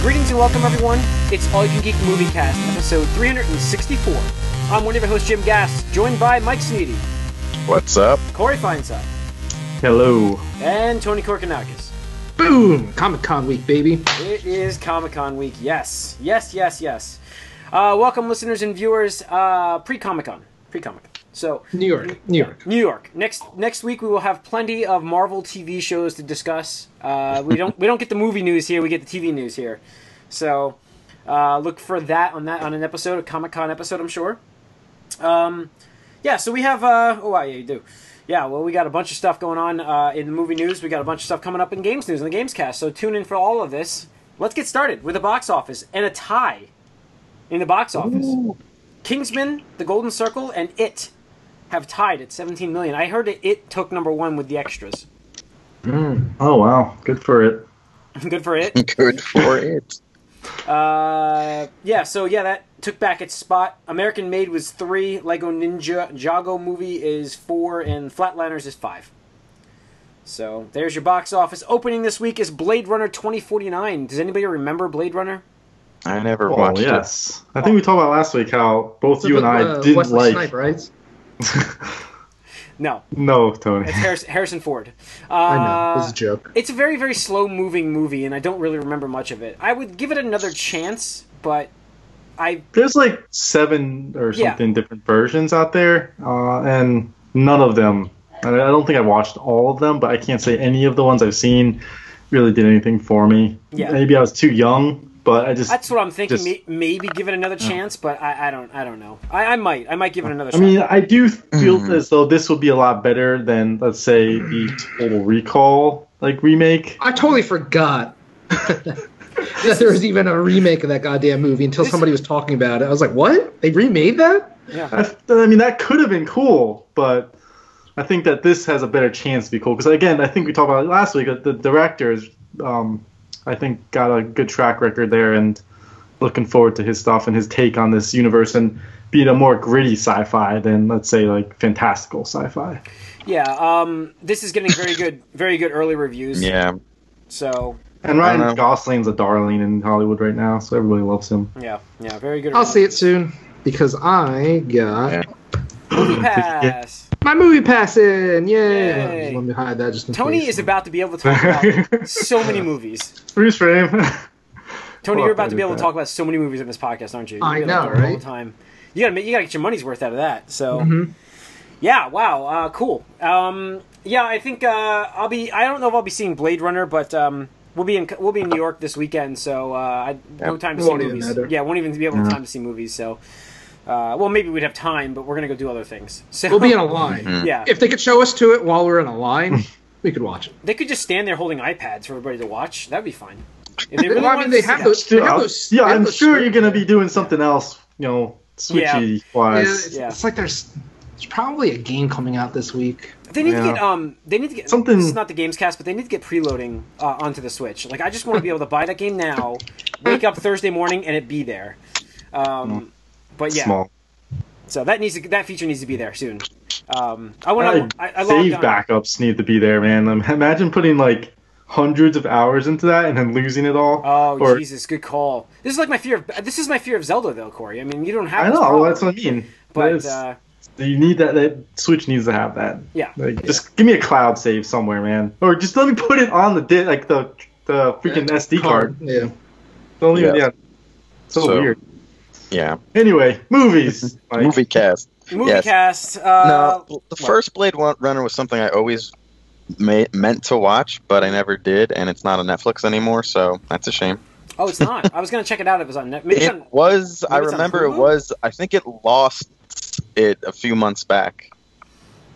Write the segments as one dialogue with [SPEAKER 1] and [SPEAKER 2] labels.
[SPEAKER 1] Fancy welcome, everyone. It's All You Can Geek Movie Cast, episode 364. I'm one of your hosts, Jim Gass, joined by Mike Sneedy,
[SPEAKER 2] What's up?
[SPEAKER 1] Corey Feinsop,
[SPEAKER 3] Hello.
[SPEAKER 1] and Tony Korkanakis.
[SPEAKER 3] Boom! Comic Con week, baby.
[SPEAKER 1] It is Comic Con week. Yes, yes, yes, yes. Uh, welcome, listeners and viewers. Uh, Pre Comic Con, pre Comic. So
[SPEAKER 3] New York, New York.
[SPEAKER 1] New York. Next next week we will have plenty of Marvel TV shows to discuss. Uh, we don't we don't get the movie news here. We get the TV news here. So uh, look for that on that on an episode, a Comic Con episode, I'm sure. Um, yeah. So we have. Uh, oh, wow, yeah, you do. Yeah. Well, we got a bunch of stuff going on uh, in the movie news. We got a bunch of stuff coming up in games news and the games cast. So tune in for all of this. Let's get started with the box office and a tie in the box office. Kingsman, The Golden Circle, and It have tied at 17 million. I heard it, it took number one with the extras.
[SPEAKER 3] Oh wow, good for it.
[SPEAKER 1] Good for it.
[SPEAKER 2] Good for it.
[SPEAKER 1] Uh, yeah, so yeah, that took back its spot. American Made was three. Lego Ninja Jago movie is four, and Flatliners is five. So there's your box office. Opening this week is Blade Runner 2049. Does anybody remember Blade Runner?
[SPEAKER 2] I never
[SPEAKER 4] Oh,
[SPEAKER 2] watched it.
[SPEAKER 4] yes. I think we talked about last week how both you and I didn't like.
[SPEAKER 3] Uh, right?
[SPEAKER 1] No,
[SPEAKER 4] No, Tony.
[SPEAKER 1] it's Harris, Harrison Ford. Uh,
[SPEAKER 3] I
[SPEAKER 4] Ah.
[SPEAKER 3] know. This is a joke.
[SPEAKER 1] it's a very very slow moving movie, and I don't really remember much of it. I would give it another chance, but I
[SPEAKER 4] There's like seven or
[SPEAKER 1] Yeah.
[SPEAKER 4] something different versions out there, uh, and none of them. and I I don't think I watched all of them, but I can't say any of the ones I've seen really did anything for me.
[SPEAKER 1] Yeah.
[SPEAKER 4] Maybe I was too young, but I just.
[SPEAKER 1] That's what I'm thinking.
[SPEAKER 4] Just- Oh.
[SPEAKER 1] may- maybe give it another chance, but I, I don't. I don't know. I, I might. I might give it another.
[SPEAKER 4] I
[SPEAKER 1] shot.
[SPEAKER 4] mean, I do feel
[SPEAKER 1] Mm-hmm.
[SPEAKER 4] as though this would be a lot better than, let's say, the Total Recall like remake.
[SPEAKER 3] I totally forgot that there was even a remake of that goddamn movie until
[SPEAKER 1] This-
[SPEAKER 3] somebody was talking about it. I was like, what? They remade that?
[SPEAKER 1] yeah.
[SPEAKER 4] I, I mean, that could have been cool, but I think that this has a better chance to be cool. Because again, I think we talked about it last week. that The director is, um, I think, got a good track record there, and looking forward to his stuff and his take on this universe and being a more gritty sci-fi than let's say like fantastical sci-fi.
[SPEAKER 1] Yeah. Um. This is getting very good. Very good early reviews.
[SPEAKER 2] Yeah.
[SPEAKER 1] So
[SPEAKER 4] And
[SPEAKER 2] I know.
[SPEAKER 4] Ryan Gosling's a darling in Hollywood right now, so everybody loves him.
[SPEAKER 1] yeah. Yeah. Very good.
[SPEAKER 3] I'll
[SPEAKER 1] reviews.
[SPEAKER 3] see it soon because I got
[SPEAKER 2] Yeah.
[SPEAKER 1] Movie pass.
[SPEAKER 3] my movie pass in. Yay!
[SPEAKER 1] Yay.
[SPEAKER 3] Just Let me hide that just in
[SPEAKER 1] Tony
[SPEAKER 3] case.
[SPEAKER 1] is about to be able to talk about so many movies.
[SPEAKER 4] Freeze frame.
[SPEAKER 1] Tony,
[SPEAKER 4] Well,
[SPEAKER 1] you're about to be
[SPEAKER 4] I
[SPEAKER 1] able
[SPEAKER 4] did
[SPEAKER 1] to
[SPEAKER 4] that.
[SPEAKER 1] talk about so many movies in this podcast, aren't you?
[SPEAKER 3] I
[SPEAKER 1] You're
[SPEAKER 3] know,
[SPEAKER 1] gonna do it All
[SPEAKER 3] right?
[SPEAKER 1] the time. You gotta. ma- You gotta get your money's worth out of that. So.
[SPEAKER 3] Mm-hmm.
[SPEAKER 1] Yeah. Wow. Uh, cool. Um. Yeah. I think. Uh. I'll be. I don't know if I'll be seeing Blade Runner, but um. We'll be in. We'll be in New York this weekend, so uh. I, no time to
[SPEAKER 3] It
[SPEAKER 1] see
[SPEAKER 3] won't even
[SPEAKER 1] movies.
[SPEAKER 3] matter.
[SPEAKER 1] Yeah. Won't even be able to time to see movies. So. Uh. Well, maybe we'd have time, but we're gonna go do other things. So.
[SPEAKER 3] We'll be in a line.
[SPEAKER 4] Mm-hmm.
[SPEAKER 1] Yeah.
[SPEAKER 3] If they could show us to it while we're in a line, we could watch it.
[SPEAKER 1] they could just stand there holding iPads for everybody to watch. That'd be fine. If they
[SPEAKER 3] Well, I
[SPEAKER 1] wanted
[SPEAKER 3] mean,
[SPEAKER 1] to
[SPEAKER 3] they
[SPEAKER 1] see
[SPEAKER 3] have
[SPEAKER 1] that.
[SPEAKER 3] those. They have
[SPEAKER 4] I'll-
[SPEAKER 3] those
[SPEAKER 4] yeah,
[SPEAKER 3] they have
[SPEAKER 4] I'm
[SPEAKER 3] those
[SPEAKER 4] sure
[SPEAKER 3] screens.
[SPEAKER 4] you're gonna be doing something else. You know, switchy
[SPEAKER 3] Yeah,
[SPEAKER 4] wise.
[SPEAKER 3] it's,
[SPEAKER 1] Yeah.
[SPEAKER 3] it's like there's, there's probably a game coming out this week.
[SPEAKER 1] They need to
[SPEAKER 4] Yeah.
[SPEAKER 1] get um. They need to get
[SPEAKER 4] Something-
[SPEAKER 1] This is not the games cast, but they need to get preloading uh, onto the Switch. Like I just want to be able to buy that game now, wake up Thursday morning, and it be there. Um, but yeah,
[SPEAKER 4] Mm. Small.
[SPEAKER 1] so that needs to, that feature needs to be there soon. Um, I
[SPEAKER 4] I,
[SPEAKER 1] want to. I, I
[SPEAKER 4] save
[SPEAKER 1] logged on.
[SPEAKER 4] backups need to be there, man. Um, Imagine putting like hundreds of hours into that and then losing it all.
[SPEAKER 1] Oh
[SPEAKER 4] Or-
[SPEAKER 1] Jesus, good call. This is like my fear of this is my fear of Zelda though, Corey. I mean, you don't have.
[SPEAKER 4] I
[SPEAKER 1] this
[SPEAKER 4] know.
[SPEAKER 1] problem,
[SPEAKER 4] that's what I mean.
[SPEAKER 1] but
[SPEAKER 4] It's-
[SPEAKER 1] uh,
[SPEAKER 4] you need that. That Switch needs to have that.
[SPEAKER 1] yeah,
[SPEAKER 4] Like, just give me a cloud save somewhere, man. Or just let me put it on the di- like the the freaking SD card.
[SPEAKER 3] Yeah.
[SPEAKER 4] Don't even.
[SPEAKER 2] Yeah.
[SPEAKER 4] Yeah. So,
[SPEAKER 2] So-
[SPEAKER 4] weird.
[SPEAKER 2] Yeah.
[SPEAKER 4] Anyway, movies. Like,
[SPEAKER 2] Movie cast.
[SPEAKER 1] movie
[SPEAKER 2] Yes.
[SPEAKER 1] cast. Uh,
[SPEAKER 2] No, the first Blade Wa- Runner was something I always ma- meant to watch, but I never did, and it's not on Netflix anymore, so that's a shame.
[SPEAKER 1] Oh, it's not. I was gonna check it out. If it was on Netflix. Maybe it's on-
[SPEAKER 2] It was. I
[SPEAKER 1] maybe it's on
[SPEAKER 2] remember it
[SPEAKER 1] Hulu?
[SPEAKER 2] was. I think it lost it a few months back.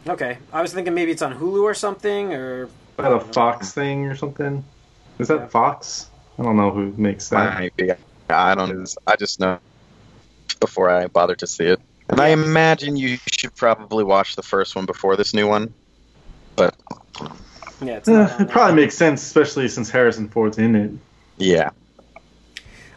[SPEAKER 1] okay, I was thinking maybe it's on Hulu or something or.
[SPEAKER 4] Is that a Fox thing or something? Is that
[SPEAKER 1] Yeah.
[SPEAKER 4] Fox? I don't know who makes that.
[SPEAKER 2] Maybe. I don't. know. I just know before I bothered to see it, and I imagine you should probably watch the first one before this new one. But
[SPEAKER 1] Yeah, it's not
[SPEAKER 4] Eh,
[SPEAKER 1] on
[SPEAKER 4] it
[SPEAKER 1] there.
[SPEAKER 4] probably makes sense, especially since Harrison Ford's in it.
[SPEAKER 2] yeah,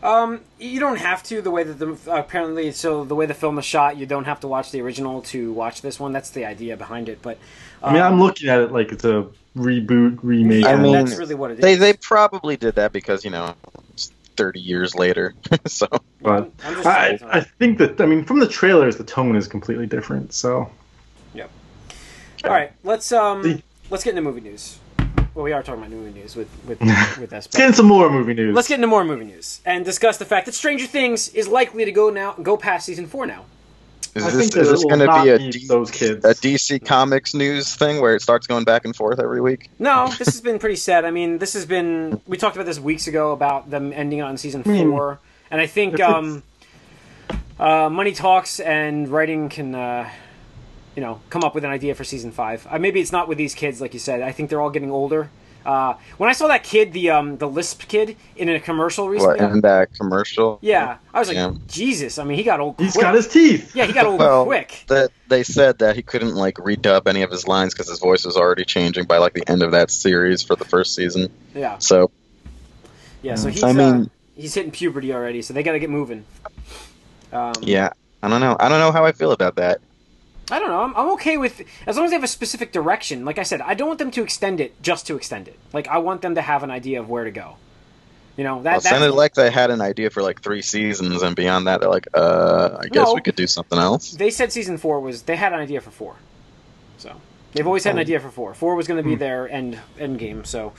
[SPEAKER 1] Um, you don't have to the way that the apparently so the way the film is shot, you don't have to watch the original to watch this one. That's the idea behind it. But um,
[SPEAKER 4] I mean, I'm looking at it like it's a reboot, remake.
[SPEAKER 1] yeah,
[SPEAKER 2] I mean,
[SPEAKER 1] that's really what it is.
[SPEAKER 2] they they probably did that because you know thirty years later. so
[SPEAKER 4] But
[SPEAKER 1] I'm just
[SPEAKER 4] I,
[SPEAKER 1] saying.
[SPEAKER 4] I think that I mean from the trailers the tone is completely different. So
[SPEAKER 1] All right, let's um,
[SPEAKER 4] The-
[SPEAKER 1] let's get into movie news. Well, we are talking about movie news with with with us.
[SPEAKER 4] let's get
[SPEAKER 1] but-
[SPEAKER 4] into some more movie news.
[SPEAKER 1] Let's get into more movie news and discuss the fact that Stranger Things is likely to go now go past season four now.
[SPEAKER 2] is
[SPEAKER 4] I
[SPEAKER 2] this
[SPEAKER 4] think
[SPEAKER 2] is
[SPEAKER 4] that
[SPEAKER 2] this
[SPEAKER 4] it will
[SPEAKER 2] going to
[SPEAKER 4] not
[SPEAKER 2] be a
[SPEAKER 4] be
[SPEAKER 2] D-
[SPEAKER 4] those kids.
[SPEAKER 2] a DC Comics news thing where it starts going back and forth every week?
[SPEAKER 1] No, this has been pretty sad. I mean, this has been we talked about this weeks ago about them ending on season
[SPEAKER 4] mean,
[SPEAKER 1] four, and I think
[SPEAKER 4] if it's-
[SPEAKER 1] um, uh, money talks and writing can uh, you know come up with an idea for season five. Uh, maybe it's not with these kids, like you said. I think they're all getting older. Uh, when I saw that kid, the um, the lisp kid, in a commercial
[SPEAKER 2] What
[SPEAKER 1] recently,
[SPEAKER 2] in that commercial?
[SPEAKER 1] yeah, I was like,
[SPEAKER 2] Yeah.
[SPEAKER 1] Jesus! I mean, he got old.
[SPEAKER 4] He's
[SPEAKER 1] quick.
[SPEAKER 4] got his teeth.
[SPEAKER 1] yeah, he got old
[SPEAKER 2] Well,
[SPEAKER 1] quick.
[SPEAKER 2] That they said that he couldn't like redub any of his lines because his voice was already changing by like the end of that series for the first season.
[SPEAKER 1] Yeah,
[SPEAKER 2] So
[SPEAKER 1] yeah. So he's
[SPEAKER 2] I
[SPEAKER 1] uh,
[SPEAKER 2] mean-
[SPEAKER 1] he's hitting puberty already, so they got to get moving. Um,
[SPEAKER 2] yeah, I don't know. I don't know how I feel about that.
[SPEAKER 1] I don't know. I'm, I'm okay with as long as they have a specific direction. Like I said, I don't want them to extend it just to extend it. Like I want them to have an idea of where to go. You know that.
[SPEAKER 2] Well, it
[SPEAKER 1] that
[SPEAKER 2] sounded like they had an idea for like three seasons, and beyond that, they're like, uh, I guess
[SPEAKER 1] No.
[SPEAKER 2] we could do something else.
[SPEAKER 1] they said season four was they had an idea for four, so they've always
[SPEAKER 2] Oh.
[SPEAKER 1] had an idea for four. Four was going
[SPEAKER 2] Hmm.
[SPEAKER 1] to be their end end game. So,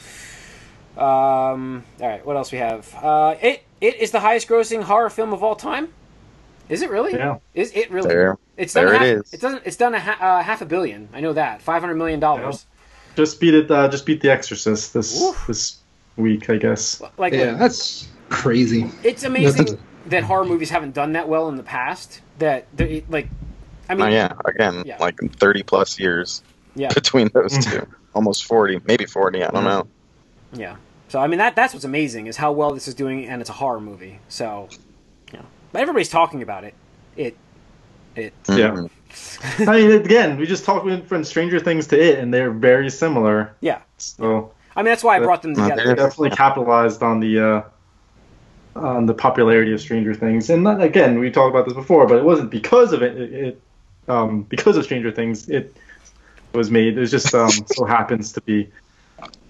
[SPEAKER 1] um, all right, what else we have? Uh, it it is the highest grossing horror film of all time. Is it really?
[SPEAKER 4] Yeah.
[SPEAKER 1] Is it really?
[SPEAKER 2] There.
[SPEAKER 1] It's
[SPEAKER 2] There
[SPEAKER 1] done
[SPEAKER 2] it
[SPEAKER 1] half,
[SPEAKER 2] is.
[SPEAKER 1] It doesn't. It's done a ha- uh, half a billion. I know that. Five hundred million dollars.
[SPEAKER 4] Just beat it. Uh, just beat The Exorcist this
[SPEAKER 1] Oof.
[SPEAKER 4] this week, I guess.
[SPEAKER 1] Like
[SPEAKER 3] Yeah, that's crazy.
[SPEAKER 1] It's amazing
[SPEAKER 3] Nothing-
[SPEAKER 1] that horror movies haven't done that well in the past. That they like, I mean,
[SPEAKER 2] Oh yeah, again,
[SPEAKER 1] Yeah.
[SPEAKER 2] like thirty plus years
[SPEAKER 1] Yeah. Mm.
[SPEAKER 2] between those
[SPEAKER 4] Mm.
[SPEAKER 2] two, almost forty, maybe forty. I don't know.
[SPEAKER 1] yeah. So I mean that that's what's amazing is how well this is doing, and it's a horror movie. So, yeah, but everybody's talking about it. It, it.
[SPEAKER 4] Yeah.
[SPEAKER 2] Mm.
[SPEAKER 4] I mean, again, we just talked with- from Stranger Things to it, and they're very similar.
[SPEAKER 1] Yeah.
[SPEAKER 4] So
[SPEAKER 1] I mean that's why I brought them
[SPEAKER 2] No,
[SPEAKER 1] together.
[SPEAKER 4] they definitely capitalized on the uh, on the popularity of Stranger Things. And not, again, we talked about this before, but it wasn't because of it. It, it um, because of Stranger Things, it was made. It was just um, so happens to be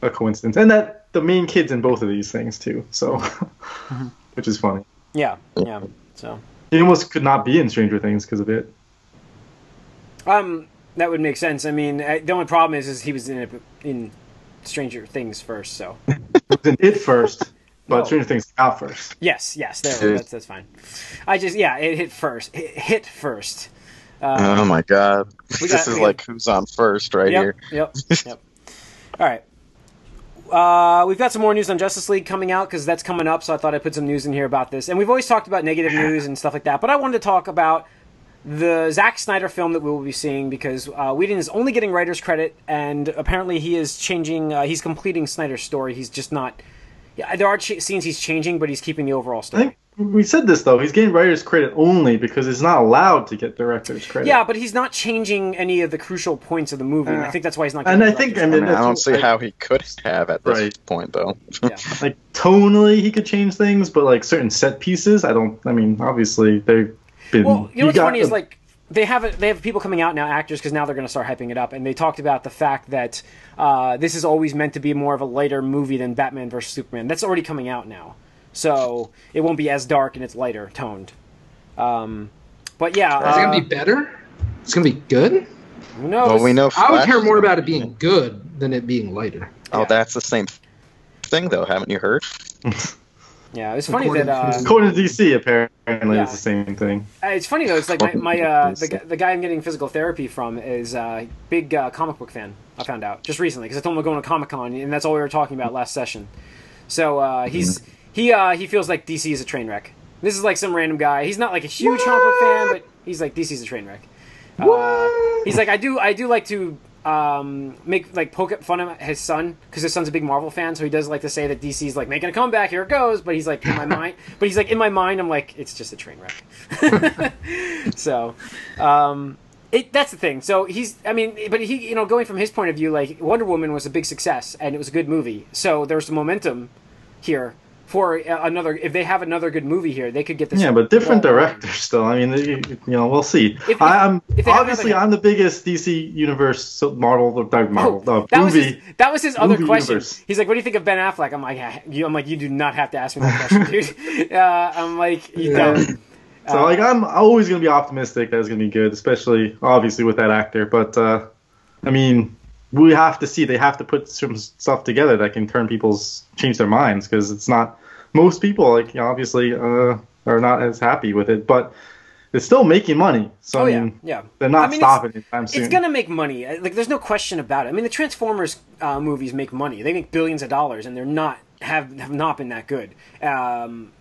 [SPEAKER 4] a coincidence, and that the main kids in both of these things too. So,
[SPEAKER 1] Mm-hmm.
[SPEAKER 4] which is funny.
[SPEAKER 1] Yeah, yeah. So,
[SPEAKER 4] He almost could not be in Stranger Things because of it.
[SPEAKER 1] um, that would make sense. I mean, I, the only problem is, is he was in it in Stranger Things first. So,
[SPEAKER 4] It was in it first, but
[SPEAKER 1] No.
[SPEAKER 4] Stranger Things came out first.
[SPEAKER 1] yes, yes, there,
[SPEAKER 2] Dude.
[SPEAKER 1] that's that's fine. I just yeah, it hit first. It hit first. Uh,
[SPEAKER 2] Oh my god,
[SPEAKER 1] We
[SPEAKER 2] this
[SPEAKER 1] got-
[SPEAKER 2] is
[SPEAKER 1] we got-
[SPEAKER 2] like who's on first right
[SPEAKER 1] yep,
[SPEAKER 2] here.
[SPEAKER 1] Yep. Yep. All right. Uh, we've got some more news on Justice League coming out because that's coming up. So I thought I'd put some news in here about this. And we've always talked about negative news and stuff like that, but I wanted to talk about the Zack Snyder film that we will be seeing because uh, Whedon is only getting writer's credit, and apparently he is changing. Uh, he's completing Snyder's story. He's just not. Yeah, there are ch- scenes he's changing, but he's keeping the overall
[SPEAKER 4] I
[SPEAKER 1] story.
[SPEAKER 4] think we said this though. He's getting writer's credit only because he's not allowed to get director's credit.
[SPEAKER 1] yeah, but he's not changing any of the crucial points of the movie. and I
[SPEAKER 4] Uh,
[SPEAKER 1] think that's why he's not.
[SPEAKER 4] and
[SPEAKER 1] getting
[SPEAKER 4] I think
[SPEAKER 1] director's
[SPEAKER 4] I
[SPEAKER 2] I,
[SPEAKER 4] mean,
[SPEAKER 2] mean, I
[SPEAKER 4] that's
[SPEAKER 2] don't
[SPEAKER 4] what-
[SPEAKER 2] see
[SPEAKER 4] like,
[SPEAKER 2] how he could have at this
[SPEAKER 4] Right.
[SPEAKER 2] point though.
[SPEAKER 1] Yeah.
[SPEAKER 4] like tonally he could change things, but like certain set pieces, I don't. I mean, obviously they've been.
[SPEAKER 1] Well, you know what's
[SPEAKER 4] got
[SPEAKER 1] funny is
[SPEAKER 4] them-
[SPEAKER 1] like they have it, they have people coming out now, actors, because now they're going to start hyping it up, and they talked about the fact that uh, this is always meant to be more of a lighter movie than Batman versus Superman. That's already coming out now, so it won't be as dark and it's lighter toned. Um, but yeah,
[SPEAKER 3] Is it
[SPEAKER 1] uh,
[SPEAKER 3] gonna be better? It's gonna be good.
[SPEAKER 1] who knows?
[SPEAKER 2] Well, we know.
[SPEAKER 3] I would
[SPEAKER 2] Flash-
[SPEAKER 3] care more about it being good than it being lighter.
[SPEAKER 2] Oh,
[SPEAKER 1] Yeah.
[SPEAKER 2] that's the same thing though. Haven't you heard?
[SPEAKER 1] Yeah, it's funny
[SPEAKER 3] According
[SPEAKER 1] that uh,
[SPEAKER 4] according to DC, apparently
[SPEAKER 1] Yeah.
[SPEAKER 4] it's the same thing.
[SPEAKER 1] Uh, it's funny though. It's like my, my uh, the, gu- the guy I'm getting physical therapy from is a big uh, comic book fan. I found out just recently because I told him we're going to Comic Con, and that's all we were talking about last session. So uh, he's he uh, he feels like DC is a train wreck. This is like some random guy. He's not like a huge comic book fan, but he's like DC's a train wreck. Uh, he's like I do I do like to um, make like poke at fun of his son because his son's a big Marvel fan, so he does like to say that DC's like making a comeback. Here it goes, but he's like in my mind, but he's like in my mind. I'm like it's just a train wreck. so. Um, it, that's the thing. So he's, I mean, but he, you know, going from his point of view, like Wonder Woman was a big success and it was a good movie. So there's some momentum here for a- another. If they have another good movie here, they could get this.
[SPEAKER 4] Yeah, but different
[SPEAKER 1] ball rolling.
[SPEAKER 4] directors still. I mean, you, you know, we'll see.
[SPEAKER 1] If-
[SPEAKER 4] I, I'm
[SPEAKER 1] if they have
[SPEAKER 4] obviously
[SPEAKER 1] another-
[SPEAKER 4] I'm the biggest DC universe so- Marvel uh, Marvel uh,
[SPEAKER 1] Oh, that was
[SPEAKER 4] movie.
[SPEAKER 1] his, that was his other
[SPEAKER 4] movie
[SPEAKER 1] question.
[SPEAKER 4] universe.
[SPEAKER 1] He's like, "What do you think of Ben Affleck?" I'm like, "Ah, you, "I'm like, you do not have to ask me that question, dude." Uh, I'm like, you
[SPEAKER 3] Yeah.
[SPEAKER 1] don't. Uh,
[SPEAKER 4] so like I'm always gonna be optimistic that it's gonna be good, especially obviously with that actor. But uh, I mean, we have to see. They have to put some stuff together that can turn people's change their minds because it's not most people like you know, obviously uh, are not as happy with it, but it's still making money. So
[SPEAKER 1] Oh
[SPEAKER 4] I
[SPEAKER 1] yeah,
[SPEAKER 4] mean,
[SPEAKER 1] yeah.
[SPEAKER 4] they're
[SPEAKER 1] I
[SPEAKER 4] not
[SPEAKER 1] mean, it's-
[SPEAKER 4] stopping anytime soon.
[SPEAKER 1] It's gonna make money. Uh, Like, there's no question about it. I mean, the Transformers uh, movies make money. They make billions of dollars, and they're not have have not been that good. Um,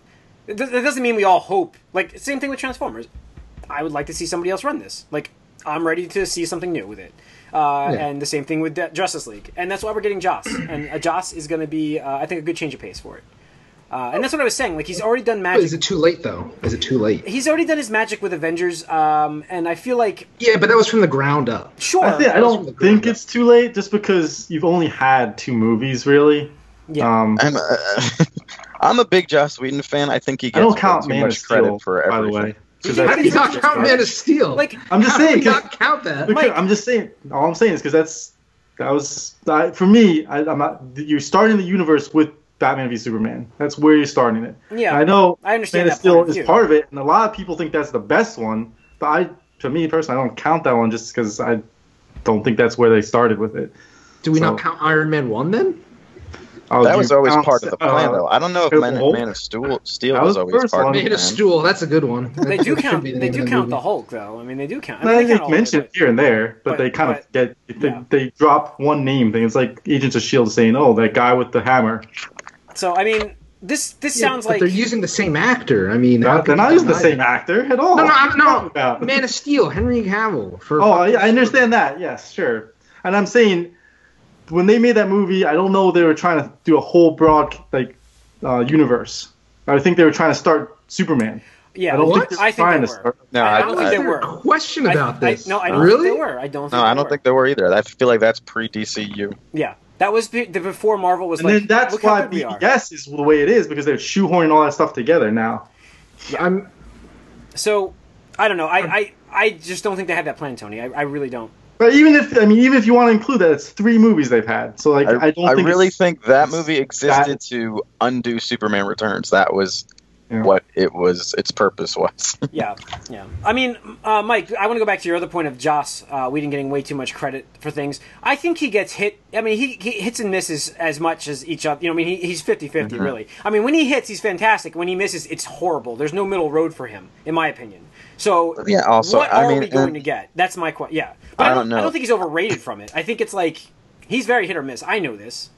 [SPEAKER 1] th- that doesn't mean we all hope. Like, same thing with Transformers. I would like to see somebody else run this. Like, I'm ready to see something new with it. Uh,
[SPEAKER 3] Yeah.
[SPEAKER 1] And the same thing with De- Justice League, and that's why we're getting Joss. and uh, Joss is going to be, uh, I think, a good change of pace for it. Uh, and that's what I was saying. Like, he's already done
[SPEAKER 3] But is
[SPEAKER 1] magic.
[SPEAKER 3] it too late though? Is it too late?
[SPEAKER 1] He's already done his magic with Avengers, um, and I feel like
[SPEAKER 3] Yeah, but that was from the ground up.
[SPEAKER 1] sure.
[SPEAKER 4] I, think, I
[SPEAKER 3] from the
[SPEAKER 4] don't
[SPEAKER 3] ground
[SPEAKER 4] think
[SPEAKER 3] up.
[SPEAKER 4] it's too late just because you've only had two movies really.
[SPEAKER 1] Yeah.
[SPEAKER 4] Um,
[SPEAKER 2] I'm, uh, I'm a big Joss Whedon fan. I think he
[SPEAKER 4] I
[SPEAKER 2] gets
[SPEAKER 4] don't
[SPEAKER 2] way
[SPEAKER 4] count
[SPEAKER 2] too
[SPEAKER 4] Man of
[SPEAKER 2] much credit
[SPEAKER 4] Steel,
[SPEAKER 2] for
[SPEAKER 4] by the
[SPEAKER 2] everything.
[SPEAKER 4] way. 'cause
[SPEAKER 1] You
[SPEAKER 4] I
[SPEAKER 3] How do you
[SPEAKER 4] think
[SPEAKER 3] not
[SPEAKER 4] it's
[SPEAKER 3] count
[SPEAKER 4] dark.
[SPEAKER 3] Man of Steel?
[SPEAKER 1] like
[SPEAKER 4] I'm just
[SPEAKER 3] How do
[SPEAKER 4] saying
[SPEAKER 3] you
[SPEAKER 4] 'cause-
[SPEAKER 3] not count that.
[SPEAKER 4] Because-
[SPEAKER 1] Mike.
[SPEAKER 4] I'm just saying. All I'm saying is because that's that was I, for me. I, I'm not. You're starting the universe with Batman v Superman. That's where you're starting it.
[SPEAKER 1] Yeah.
[SPEAKER 4] I know.
[SPEAKER 1] I understand
[SPEAKER 4] Man of
[SPEAKER 1] that point
[SPEAKER 4] Steel
[SPEAKER 1] of
[SPEAKER 4] is
[SPEAKER 1] view.
[SPEAKER 4] part of it, and a lot of people think that's the best one. But I, to me personally, I don't count that one just because I don't think that's where they started with it.
[SPEAKER 3] Do we not
[SPEAKER 4] So-
[SPEAKER 3] count Iron Man one then?
[SPEAKER 4] Oh,
[SPEAKER 2] That
[SPEAKER 4] you
[SPEAKER 2] was always
[SPEAKER 4] count,
[SPEAKER 2] part of the plan,
[SPEAKER 4] uh,
[SPEAKER 2] though. I don't know if
[SPEAKER 4] Incredible
[SPEAKER 2] Man,
[SPEAKER 4] Hulk?
[SPEAKER 2] Man of Steel, Steel
[SPEAKER 4] That
[SPEAKER 2] was,
[SPEAKER 4] was the
[SPEAKER 2] always
[SPEAKER 4] first
[SPEAKER 2] part
[SPEAKER 4] one.
[SPEAKER 2] of
[SPEAKER 4] Man
[SPEAKER 2] the
[SPEAKER 3] Made a
[SPEAKER 2] plan.
[SPEAKER 3] stool. That's a good one.
[SPEAKER 1] They do
[SPEAKER 3] That should
[SPEAKER 1] count.
[SPEAKER 3] be the
[SPEAKER 1] They
[SPEAKER 3] name
[SPEAKER 1] do
[SPEAKER 3] of
[SPEAKER 1] count
[SPEAKER 3] movie.
[SPEAKER 1] the Hulk, though. I mean, they do count. I mean,
[SPEAKER 4] I
[SPEAKER 1] they count
[SPEAKER 4] think
[SPEAKER 1] all of it,
[SPEAKER 4] mentioned
[SPEAKER 1] but-
[SPEAKER 4] here and there, but,
[SPEAKER 1] but-
[SPEAKER 4] they kind
[SPEAKER 1] but-
[SPEAKER 4] of get they,
[SPEAKER 1] yeah.
[SPEAKER 4] they drop one name thing. It's like Agents of Shield saying, "Oh, that guy with the hammer."
[SPEAKER 1] So I mean, this this
[SPEAKER 3] Yeah,
[SPEAKER 1] sounds
[SPEAKER 3] but
[SPEAKER 1] like
[SPEAKER 3] they're using the same actor. I mean, how
[SPEAKER 4] Not- they're
[SPEAKER 3] can
[SPEAKER 4] not
[SPEAKER 3] you
[SPEAKER 4] using the
[SPEAKER 3] deny
[SPEAKER 4] same
[SPEAKER 3] that?
[SPEAKER 4] actor at all.
[SPEAKER 3] No,
[SPEAKER 4] What are you
[SPEAKER 3] no,
[SPEAKER 4] talking
[SPEAKER 3] I'm,
[SPEAKER 4] about?
[SPEAKER 3] no. Man of Steel, Henry Cavill. For
[SPEAKER 4] Oh, I, I understand that. Yes, sure. And I'm saying when they made that movie, I don't know they were trying to do a whole broad like uh, universe. I think they were trying to start Superman.
[SPEAKER 1] yeah.
[SPEAKER 4] I don't
[SPEAKER 3] What?
[SPEAKER 4] think
[SPEAKER 1] I
[SPEAKER 4] they're
[SPEAKER 1] think
[SPEAKER 4] trying
[SPEAKER 1] they
[SPEAKER 4] to
[SPEAKER 1] were.
[SPEAKER 4] start.
[SPEAKER 2] No,
[SPEAKER 1] I
[SPEAKER 2] I,
[SPEAKER 1] don't
[SPEAKER 2] I,
[SPEAKER 1] think they
[SPEAKER 3] Is there
[SPEAKER 1] were.
[SPEAKER 3] a question
[SPEAKER 1] I-
[SPEAKER 3] about
[SPEAKER 1] I-
[SPEAKER 3] this.
[SPEAKER 1] no, I don't
[SPEAKER 3] really?
[SPEAKER 1] think they were. I don't. Think
[SPEAKER 2] no,
[SPEAKER 1] they
[SPEAKER 2] I don't
[SPEAKER 1] were.
[SPEAKER 2] think they were either. I feel like that's pre DCU.
[SPEAKER 1] Yeah, that was be- the, before Marvel was
[SPEAKER 4] And
[SPEAKER 1] like.
[SPEAKER 4] then that's
[SPEAKER 1] Look how
[SPEAKER 4] why
[SPEAKER 1] good we are.
[SPEAKER 4] BBS is the way it is because they're shoehorning all that stuff together now.
[SPEAKER 3] I'm,
[SPEAKER 1] So I don't know. I, I I just don't think they had that plan, Tony. I, I really don't.
[SPEAKER 4] But even if I mean, even if you want to include that, it's three movies they've had. So like, I,
[SPEAKER 2] I,
[SPEAKER 4] don't
[SPEAKER 2] I
[SPEAKER 4] think
[SPEAKER 2] really
[SPEAKER 4] it's-
[SPEAKER 2] think that
[SPEAKER 4] it's
[SPEAKER 2] movie existed to undo Superman Returns. That was
[SPEAKER 4] Yeah.
[SPEAKER 2] what it was. Its purpose was.
[SPEAKER 1] Yeah, yeah. I mean, uh, Mike, I want to go back to your other point of Joss uh, Whedon getting way too much credit for things. I think he gets hit. I mean, he, he hits and misses as much as each other. You know, I mean, he, he's 50-50,
[SPEAKER 2] Mm-hmm.
[SPEAKER 1] really. I mean, when he hits, he's fantastic. When he misses, it's horrible. There's no middle road for him, in my opinion. So
[SPEAKER 2] Yeah, also,
[SPEAKER 1] what
[SPEAKER 2] I
[SPEAKER 1] are
[SPEAKER 2] mean,
[SPEAKER 1] we going
[SPEAKER 2] and-
[SPEAKER 1] to get? That's my question. Yeah, But
[SPEAKER 2] I
[SPEAKER 1] I don't,
[SPEAKER 2] don't know.
[SPEAKER 1] I don't think he's overrated from it. I think it's like he's very hit or miss. I know this.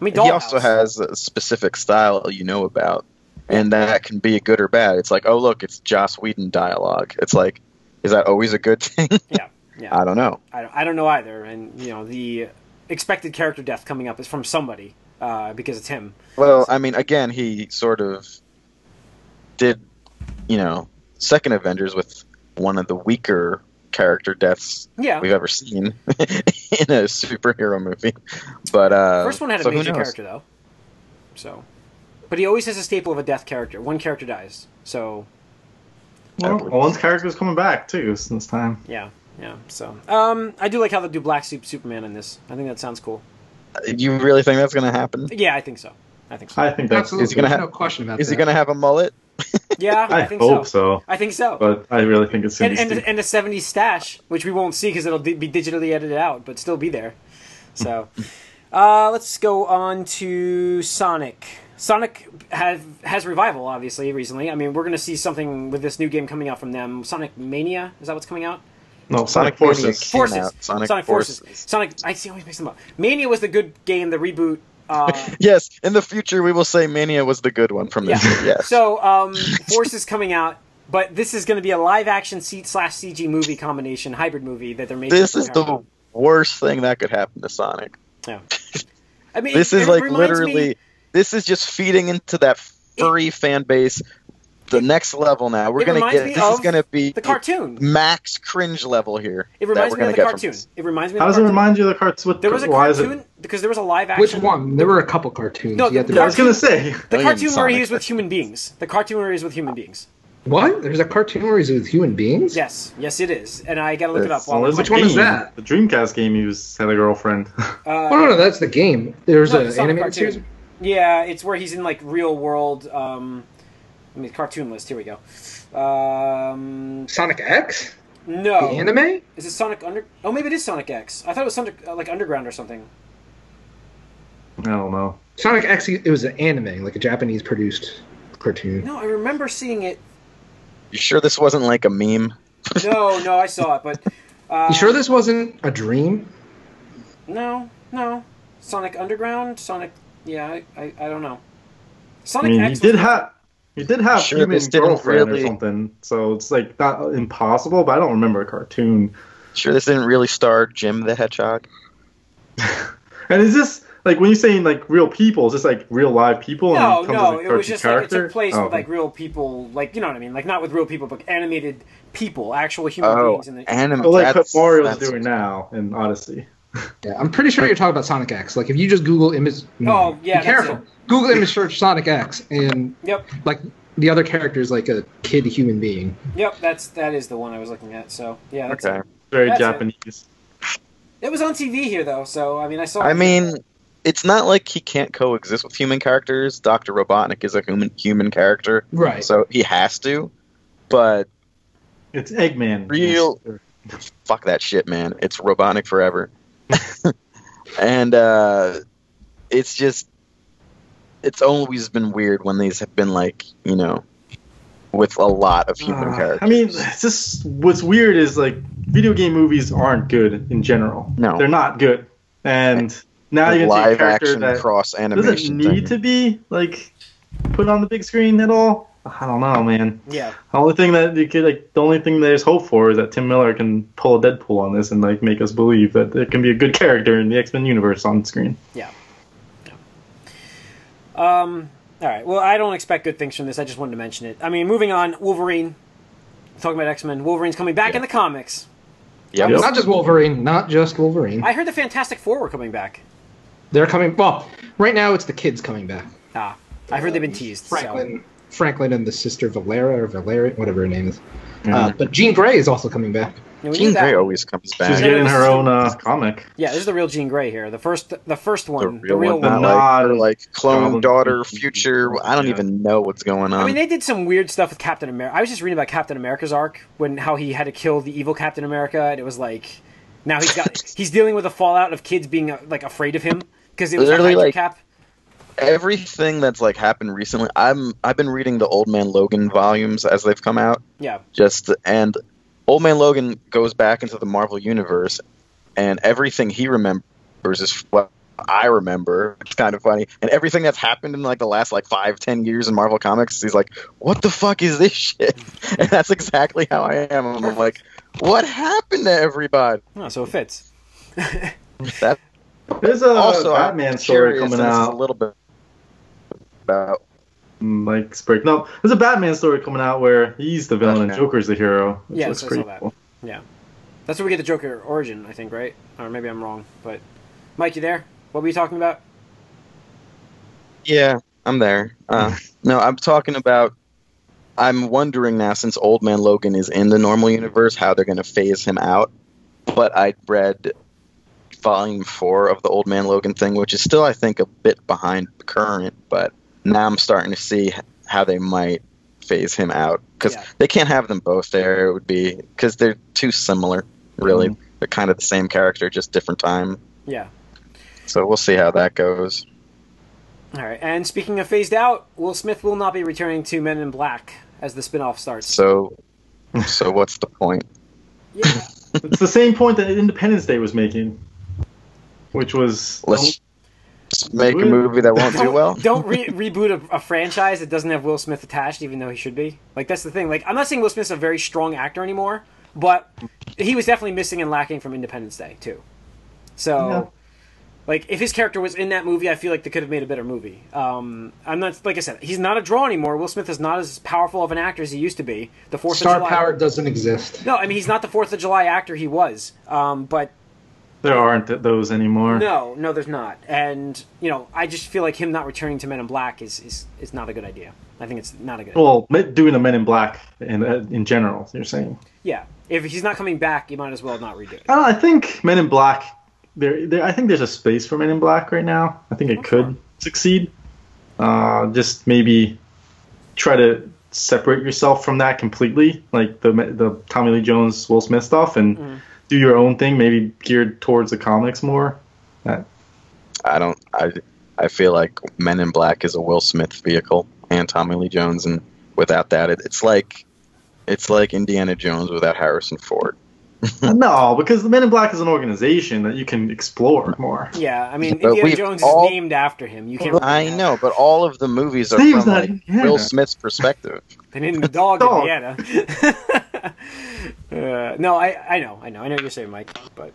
[SPEAKER 1] I mean,
[SPEAKER 2] he also
[SPEAKER 1] Dollhouse.
[SPEAKER 2] has a specific style you know about, and that can be good or bad. It's like, oh look, it's Joss Whedon dialogue. It's like, is that always a good thing?
[SPEAKER 1] Yeah, yeah.
[SPEAKER 2] I don't know.
[SPEAKER 1] I don't, I don't know either. And you know, the expected character death coming up is from somebody uh, because it's him.
[SPEAKER 2] Well, I mean, again, he sort of did, you know, second Avengers with one of the weaker character deaths
[SPEAKER 1] Yeah,
[SPEAKER 2] we've ever seen in a superhero movie. But uh,
[SPEAKER 1] first one had a
[SPEAKER 2] so who
[SPEAKER 1] major
[SPEAKER 2] knows?
[SPEAKER 1] character though. So, but he always has a staple of a death character. One character dies. So
[SPEAKER 4] Well, Owen's character's coming back too since time.
[SPEAKER 1] yeah, yeah. So um, I do like how they do black suit Superman in this. I think that sounds cool.
[SPEAKER 2] Uh, You really think that's going to happen?
[SPEAKER 1] Yeah, I think so. I think so.
[SPEAKER 4] I think that's.
[SPEAKER 3] absolutely.
[SPEAKER 2] is he gonna
[SPEAKER 3] There's
[SPEAKER 2] have-
[SPEAKER 3] no question about
[SPEAKER 2] Is he
[SPEAKER 3] that.
[SPEAKER 2] going to have a mullet?
[SPEAKER 1] yeah, I,
[SPEAKER 4] I,
[SPEAKER 1] think
[SPEAKER 4] hope
[SPEAKER 1] so.
[SPEAKER 4] so.
[SPEAKER 1] I think so.
[SPEAKER 4] but I really think it's
[SPEAKER 1] and
[SPEAKER 4] gonna
[SPEAKER 1] and
[SPEAKER 4] be.
[SPEAKER 1] and a 70s stash, which we won't see because it'll di- be digitally edited out, but still be there. So, uh, let's go on to Sonic. Sonic have, has revival, obviously, recently. I mean, we're going to see something with this new game coming out from them. Sonic Mania is that what's coming out?
[SPEAKER 4] no, Sonic
[SPEAKER 2] Mania
[SPEAKER 4] Forces.
[SPEAKER 2] came
[SPEAKER 1] Forces.
[SPEAKER 2] out.
[SPEAKER 1] Sonic, Forces. Sonic. I see. I Always mix them up. Mania was the good game. The reboot. Uh,
[SPEAKER 2] Yes, in the future we will say Mania was the good one from
[SPEAKER 1] Yeah.
[SPEAKER 2] this. year, Yes.
[SPEAKER 1] So, um, Force is coming out, but this is going to be a live action seat slash CG movie combination hybrid movie that they're making.
[SPEAKER 2] this is the worst thing that could happen to Sonic.
[SPEAKER 1] Yeah. I mean,
[SPEAKER 2] This
[SPEAKER 1] it-
[SPEAKER 2] is
[SPEAKER 1] it
[SPEAKER 2] like
[SPEAKER 1] reminds me-
[SPEAKER 2] literally this is just feeding into that furry fan base the next level now. We're
[SPEAKER 1] It
[SPEAKER 2] gonna
[SPEAKER 1] reminds
[SPEAKER 2] get
[SPEAKER 1] me
[SPEAKER 2] this is
[SPEAKER 1] of
[SPEAKER 2] gonna be
[SPEAKER 1] The cartoon.
[SPEAKER 2] max cringe level here.
[SPEAKER 1] It
[SPEAKER 2] that
[SPEAKER 1] reminds
[SPEAKER 2] we're
[SPEAKER 1] me
[SPEAKER 2] gonna
[SPEAKER 1] of the
[SPEAKER 2] get from
[SPEAKER 1] cartoon.
[SPEAKER 2] this.
[SPEAKER 1] It reminds me.
[SPEAKER 4] How
[SPEAKER 1] of
[SPEAKER 4] does
[SPEAKER 1] the
[SPEAKER 4] it
[SPEAKER 1] cartoon.
[SPEAKER 4] remind you of the cartoon? What,
[SPEAKER 1] There was a
[SPEAKER 4] why is
[SPEAKER 1] cartoon
[SPEAKER 4] it?
[SPEAKER 1] because there was a live action.
[SPEAKER 3] Which one? There were a couple cartoons.
[SPEAKER 1] No,
[SPEAKER 3] You had
[SPEAKER 1] the
[SPEAKER 3] to-
[SPEAKER 4] I was gonna say.
[SPEAKER 1] The
[SPEAKER 2] Million
[SPEAKER 1] cartoon where he
[SPEAKER 2] Sonic.
[SPEAKER 1] is with human beings. The cartoon where he is with human beings.
[SPEAKER 3] what? There's a cartoon where he's with human beings.
[SPEAKER 1] Yes, yes, it is. And I gotta look it up.
[SPEAKER 2] It's
[SPEAKER 1] While
[SPEAKER 4] Well,
[SPEAKER 1] we're
[SPEAKER 4] there's a
[SPEAKER 3] Which one is
[SPEAKER 4] game.
[SPEAKER 3] that?
[SPEAKER 4] The Dreamcast game used had a girlfriend.
[SPEAKER 1] talking.
[SPEAKER 3] Oh
[SPEAKER 1] Uh,
[SPEAKER 3] no, no, that's the game. There's
[SPEAKER 1] No,
[SPEAKER 3] an
[SPEAKER 1] it's not a
[SPEAKER 3] animated
[SPEAKER 1] cartoon.
[SPEAKER 3] series.
[SPEAKER 1] yeah, it's where he's in like real world. Um, I mean, cartoon list. Here we go. Um,
[SPEAKER 3] Sonic X,
[SPEAKER 1] no,
[SPEAKER 3] the anime.
[SPEAKER 1] is it Sonic Under? Oh, maybe it is Sonic X. I thought it was Sonic uh, like Underground or something.
[SPEAKER 4] I don't know.
[SPEAKER 3] Sonic X. It was an anime, like a Japanese produced cartoon.
[SPEAKER 1] No, I remember seeing it.
[SPEAKER 2] You sure this wasn't like a meme?
[SPEAKER 1] No, no, I saw it, but uh,
[SPEAKER 3] You sure this wasn't a dream?
[SPEAKER 1] No, no. Sonic Underground, Sonic. Yeah, I, I, I don't know.
[SPEAKER 4] I
[SPEAKER 1] Sonic
[SPEAKER 4] mean,
[SPEAKER 1] X.
[SPEAKER 4] he did
[SPEAKER 1] was-
[SPEAKER 4] have he did have
[SPEAKER 2] Sure,
[SPEAKER 4] human
[SPEAKER 2] this didn't
[SPEAKER 4] girlfriend
[SPEAKER 2] really-
[SPEAKER 4] or something, so it's like not impossible. But I don't remember a cartoon.
[SPEAKER 2] Sure, this didn't really star Jim the Hedgehog.
[SPEAKER 4] And is this like when you're saying like real people? Is this like real live people?
[SPEAKER 1] No,
[SPEAKER 4] and it comes as a
[SPEAKER 1] no, it was
[SPEAKER 4] cartoon
[SPEAKER 1] just like it
[SPEAKER 4] character?
[SPEAKER 1] took place
[SPEAKER 4] Oh.
[SPEAKER 1] with like real people, like you know what I mean, like not with real people, but animated people, actual human
[SPEAKER 2] Oh,
[SPEAKER 1] beings. In the,
[SPEAKER 2] anime.
[SPEAKER 4] Well, like what
[SPEAKER 2] that's-
[SPEAKER 4] Mario's
[SPEAKER 2] that's-
[SPEAKER 4] doing now in Odyssey.
[SPEAKER 3] Yeah, I'm pretty sure you're talking about Sonic X. Like if you just Google image.
[SPEAKER 1] Oh, yeah,
[SPEAKER 3] Be
[SPEAKER 1] that's
[SPEAKER 3] careful. Google image search Sonic X, and
[SPEAKER 1] yep,
[SPEAKER 3] like the other character is like a kid human being.
[SPEAKER 1] yep, that's that is the one I was looking at. So yeah, that's
[SPEAKER 2] Okay.
[SPEAKER 1] it.
[SPEAKER 4] Very
[SPEAKER 1] That's it.
[SPEAKER 4] Japanese.
[SPEAKER 1] It was on TV here though, so I mean, I saw.
[SPEAKER 2] I mean, it's not like he can't coexist with human characters. Doctor Robotnik is a human human character,
[SPEAKER 3] Right.
[SPEAKER 2] so he has to. But
[SPEAKER 4] It's Eggman.
[SPEAKER 2] Real- fuck that shit, man. It's Robotnik forever. and uh, it's just, it's always been weird when these have been like, you know, with a lot of human
[SPEAKER 4] Uh,
[SPEAKER 2] characters.
[SPEAKER 4] I mean, it's just what's weird is like video game movies aren't good in general.
[SPEAKER 2] No.
[SPEAKER 4] they're not good. And now
[SPEAKER 2] With
[SPEAKER 4] you're gonna take a
[SPEAKER 2] live
[SPEAKER 4] character
[SPEAKER 2] action
[SPEAKER 4] that
[SPEAKER 2] cross
[SPEAKER 4] doesn't
[SPEAKER 2] animation.
[SPEAKER 4] need
[SPEAKER 2] thing.
[SPEAKER 4] to be like put on the big screen at all. I don't know, man.
[SPEAKER 1] yeah,
[SPEAKER 4] The only thing that you could like, the only thing there's hope for is that Tim Miller can pull a Deadpool on this and like make us believe that it can be a good character in the X Men universe on screen.
[SPEAKER 1] Um, all right. Well, I don't expect good things from this. I just wanted to mention it. I mean, moving on. Wolverine. Talking about X Men. Wolverine's coming back in the comics.
[SPEAKER 2] Yep.
[SPEAKER 4] Yep.
[SPEAKER 3] Not just Wolverine. Not just Wolverine.
[SPEAKER 1] I heard the Fantastic Four were coming back.
[SPEAKER 3] They're coming. Well, right now it's the kids coming back.
[SPEAKER 1] Ah, I heard they've been teased. So.
[SPEAKER 3] Franklin, Franklin, and the sister Valera or Valeria, whatever her name is. Uh, but Jean Grey is also coming back.
[SPEAKER 1] Yeah, we
[SPEAKER 2] Jean
[SPEAKER 1] need that.
[SPEAKER 2] Grey always comes
[SPEAKER 4] She's
[SPEAKER 2] back.
[SPEAKER 4] getting her own uh, comic.
[SPEAKER 1] Yeah, this is the real Jean Grey here. The first, the first
[SPEAKER 2] The
[SPEAKER 1] one,
[SPEAKER 2] real,
[SPEAKER 1] one.
[SPEAKER 2] one, not like,
[SPEAKER 4] Nod.
[SPEAKER 2] her, like clone
[SPEAKER 4] Goblin.
[SPEAKER 2] daughter future. I don't
[SPEAKER 4] Yeah.
[SPEAKER 2] even know what's going on.
[SPEAKER 1] I mean, they did some weird stuff with Captain America. I was just reading about Captain America's arc when how he had to kill the evil Captain America, and it was like now he's got he's dealing with the fallout of kids being uh, like afraid of him because it was
[SPEAKER 2] Literally,
[SPEAKER 1] a Hydra
[SPEAKER 2] like-
[SPEAKER 1] cap.
[SPEAKER 2] Everything that's like happened recently, I'm I've been reading the Old Man Logan volumes as they've come out.
[SPEAKER 1] Yeah,
[SPEAKER 2] just and old man logan goes back into the marvel universe and everything he remembers is what i remember it's kind of funny and everything that's happened in like the last like five ten years in marvel comics he's like what the fuck is this shit and that's exactly how i am i'm like what happened to everybody
[SPEAKER 1] oh, so it fits.
[SPEAKER 2] that's
[SPEAKER 4] There's a
[SPEAKER 2] also I'm
[SPEAKER 4] Batman story
[SPEAKER 2] curious,
[SPEAKER 4] coming
[SPEAKER 2] and this is
[SPEAKER 4] out.
[SPEAKER 2] a little bit about
[SPEAKER 4] Mm, like break. No, there's a Batman story coming out where he's the villain and
[SPEAKER 2] Okay.
[SPEAKER 4] Joker's the hero. Which
[SPEAKER 1] Yes, I
[SPEAKER 4] looks
[SPEAKER 1] saw
[SPEAKER 4] pretty
[SPEAKER 1] that.
[SPEAKER 4] cool.
[SPEAKER 1] That's where we get the Joker origin, I think, right? Or maybe I'm wrong, but Mike, you there? What were you talking about?
[SPEAKER 2] Yeah, I'm there. Uh, no, I'm talking about. I'm wondering now, since Old Man Logan is in the normal universe, how they're going to phase him out. But I read volume four of the Old Man Logan thing, which is still, I think, a bit behind current. But now I'm starting to see h- how they might phase him out because
[SPEAKER 1] Yeah.
[SPEAKER 2] they can't have them both there. It would be because they're too similar, really. They're kind of the same character, just different time.
[SPEAKER 1] Yeah.
[SPEAKER 2] So we'll see how that goes.
[SPEAKER 1] All right. And speaking of phased out, Will Smith will not be returning to Men in Black as the spin-off starts.
[SPEAKER 2] So, so what's the point?
[SPEAKER 1] Yeah.
[SPEAKER 4] it's the same point that Independence Day was making, which was oh,
[SPEAKER 2] Let's just make a movie that won't do well.
[SPEAKER 1] Don't re- reboot a, a franchise that doesn't have Will Smith attached, even though he should be. Like that's the thing. Like I'm not saying Will Smith's a very strong actor anymore, but he was definitely missing and lacking from Independence Day too. So Like if his character was in that movie, I feel like they could have made a better movie. Um, I'm not like I said, he's not a draw anymore. Will Smith is not as powerful of an actor as he used to be. The Fourth
[SPEAKER 3] Star
[SPEAKER 1] of July.
[SPEAKER 3] power doesn't exist.
[SPEAKER 1] No, I mean he's not the Fourth of July actor he was. Um, but
[SPEAKER 4] There aren't th- those anymore.
[SPEAKER 1] no, no, there's not. And you know, I just feel like him not returning to Men in Black is is, is not a good idea. I think it's not a good. idea.
[SPEAKER 4] Well, me- doing the Men in Black in uh, in general, you're saying.
[SPEAKER 1] Yeah, if he's not coming back, you might as well not redo it.
[SPEAKER 4] Uh, I, don't know, I think Men in Black. There, there, I think there's a space for Men in Black right now. I think it could succeed. Uh, just maybe try to separate yourself from that completely, like the the Tommy Lee Jones, Will Smith stuff, and do your own thing. Maybe geared towards the comics more. That-
[SPEAKER 2] I don't. I I feel like Men in Black is a Will Smith vehicle and Tommy Lee Jones, and without that, it, it's like it's like Indiana Jones without Harrison Ford.
[SPEAKER 4] no, because the Men in Black is an organization that you can explore more.
[SPEAKER 1] Yeah, I mean
[SPEAKER 2] But
[SPEAKER 1] Indiana
[SPEAKER 2] we've
[SPEAKER 1] Jones
[SPEAKER 2] all-
[SPEAKER 1] is named after him. You can't.
[SPEAKER 2] I
[SPEAKER 1] really-
[SPEAKER 2] know, but all of the movies are
[SPEAKER 4] Steve's
[SPEAKER 2] from
[SPEAKER 4] not
[SPEAKER 2] like
[SPEAKER 4] Indiana.
[SPEAKER 2] Will Smith's perspective.
[SPEAKER 1] They named the dog
[SPEAKER 4] Dog.
[SPEAKER 1] Indiana. uh, no, I I know, I know, I know what you're saying, Mike. But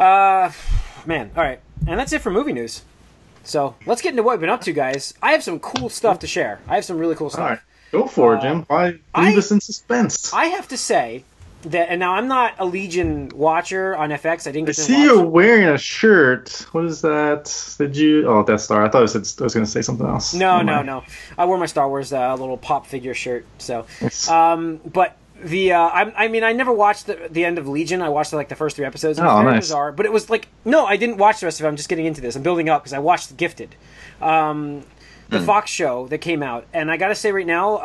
[SPEAKER 1] uh, man, all right, and that's it for movie news. So let's get into what we've been up to, guys. I have some cool stuff to share. I have some really cool stuff.
[SPEAKER 4] All right, Uh, go for it, Jim. Why leave
[SPEAKER 1] I-
[SPEAKER 4] us in suspense? I,
[SPEAKER 1] I have to say that, and now I'm not a Legion watcher on FX. I didn't get to
[SPEAKER 4] see
[SPEAKER 1] watch-
[SPEAKER 4] you're wearing a shirt. What is that? Did you? Oh, Death Star. I thought I, said, I was going to say something else.
[SPEAKER 1] No,
[SPEAKER 4] Never
[SPEAKER 1] no,
[SPEAKER 4] mind.
[SPEAKER 1] no. I wore my Star Wars uh, little pop figure shirt. So,
[SPEAKER 4] It's-
[SPEAKER 1] um, but the uh, I, I mean, I never watched the, the end of Legion. I watched like the first three episodes. It was
[SPEAKER 4] Oh,
[SPEAKER 1] very
[SPEAKER 4] nice.
[SPEAKER 1] bizarre, but it was like no, I didn't watch the rest of it. I'm just getting into this. I'm building up because I watched Gifted, um,
[SPEAKER 2] Hmm.
[SPEAKER 1] the Fox show that came out, and I gotta say right now,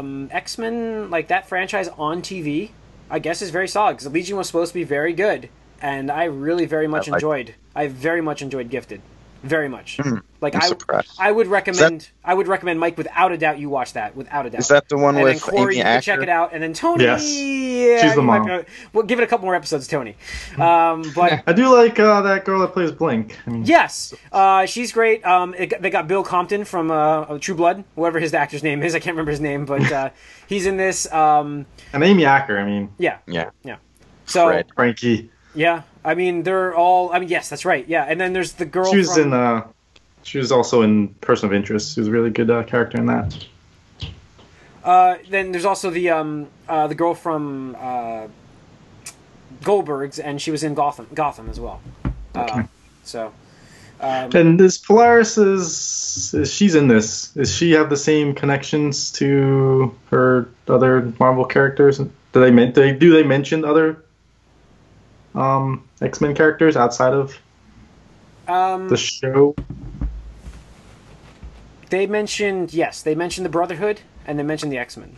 [SPEAKER 1] um, X Men like that franchise on TV, I guess is very solid because Legion was supposed to be very good, and I really very much
[SPEAKER 2] I like- Hmm.
[SPEAKER 1] enjoyed. I very much enjoyed Gifted, very much. Like
[SPEAKER 2] I'm
[SPEAKER 1] I,
[SPEAKER 2] surprised.
[SPEAKER 1] I would recommend. I would recommend Mike without a doubt. You watch that without a doubt.
[SPEAKER 2] Is that the one
[SPEAKER 1] and then
[SPEAKER 2] with
[SPEAKER 1] Corey,
[SPEAKER 2] Amy
[SPEAKER 1] you can check
[SPEAKER 2] Acker?
[SPEAKER 1] it out, and then Tony.
[SPEAKER 4] Yes.
[SPEAKER 1] yeah,
[SPEAKER 4] She's the
[SPEAKER 1] you might
[SPEAKER 4] mom.
[SPEAKER 1] be- Well, give it a couple more episodes, Tony. Um, but
[SPEAKER 4] I do like uh, that girl that plays Blink. I mean,
[SPEAKER 1] yes, uh, she's great. Um, it, got- they got Bill Compton from uh, True Blood, whatever his actor's name is. I can't remember his name, but uh, he's in this. Um,
[SPEAKER 4] And Amy Acker. I mean,
[SPEAKER 1] yeah,
[SPEAKER 2] Yeah,
[SPEAKER 1] so
[SPEAKER 2] Fred.
[SPEAKER 4] Frankie.
[SPEAKER 1] yeah, I mean they're all. I mean yes, that's right. Yeah, and then there's the girl.
[SPEAKER 4] She was
[SPEAKER 1] from-
[SPEAKER 4] in. Uh, she was also in Person of Interest. She was a really good uh, character in that.
[SPEAKER 1] Uh, then there's also the um, uh, the girl from uh, Goldberg's, and she was in Gotham, Gotham as well. Uh, so
[SPEAKER 4] And this Polaris is, is she's in this. Does she have the same connections to her other Marvel characters? Do they men- they do they mention other um, X Men characters outside of
[SPEAKER 1] um,
[SPEAKER 4] the show?
[SPEAKER 1] they mentioned yes, they mentioned the Brotherhood, and they mentioned the X Men.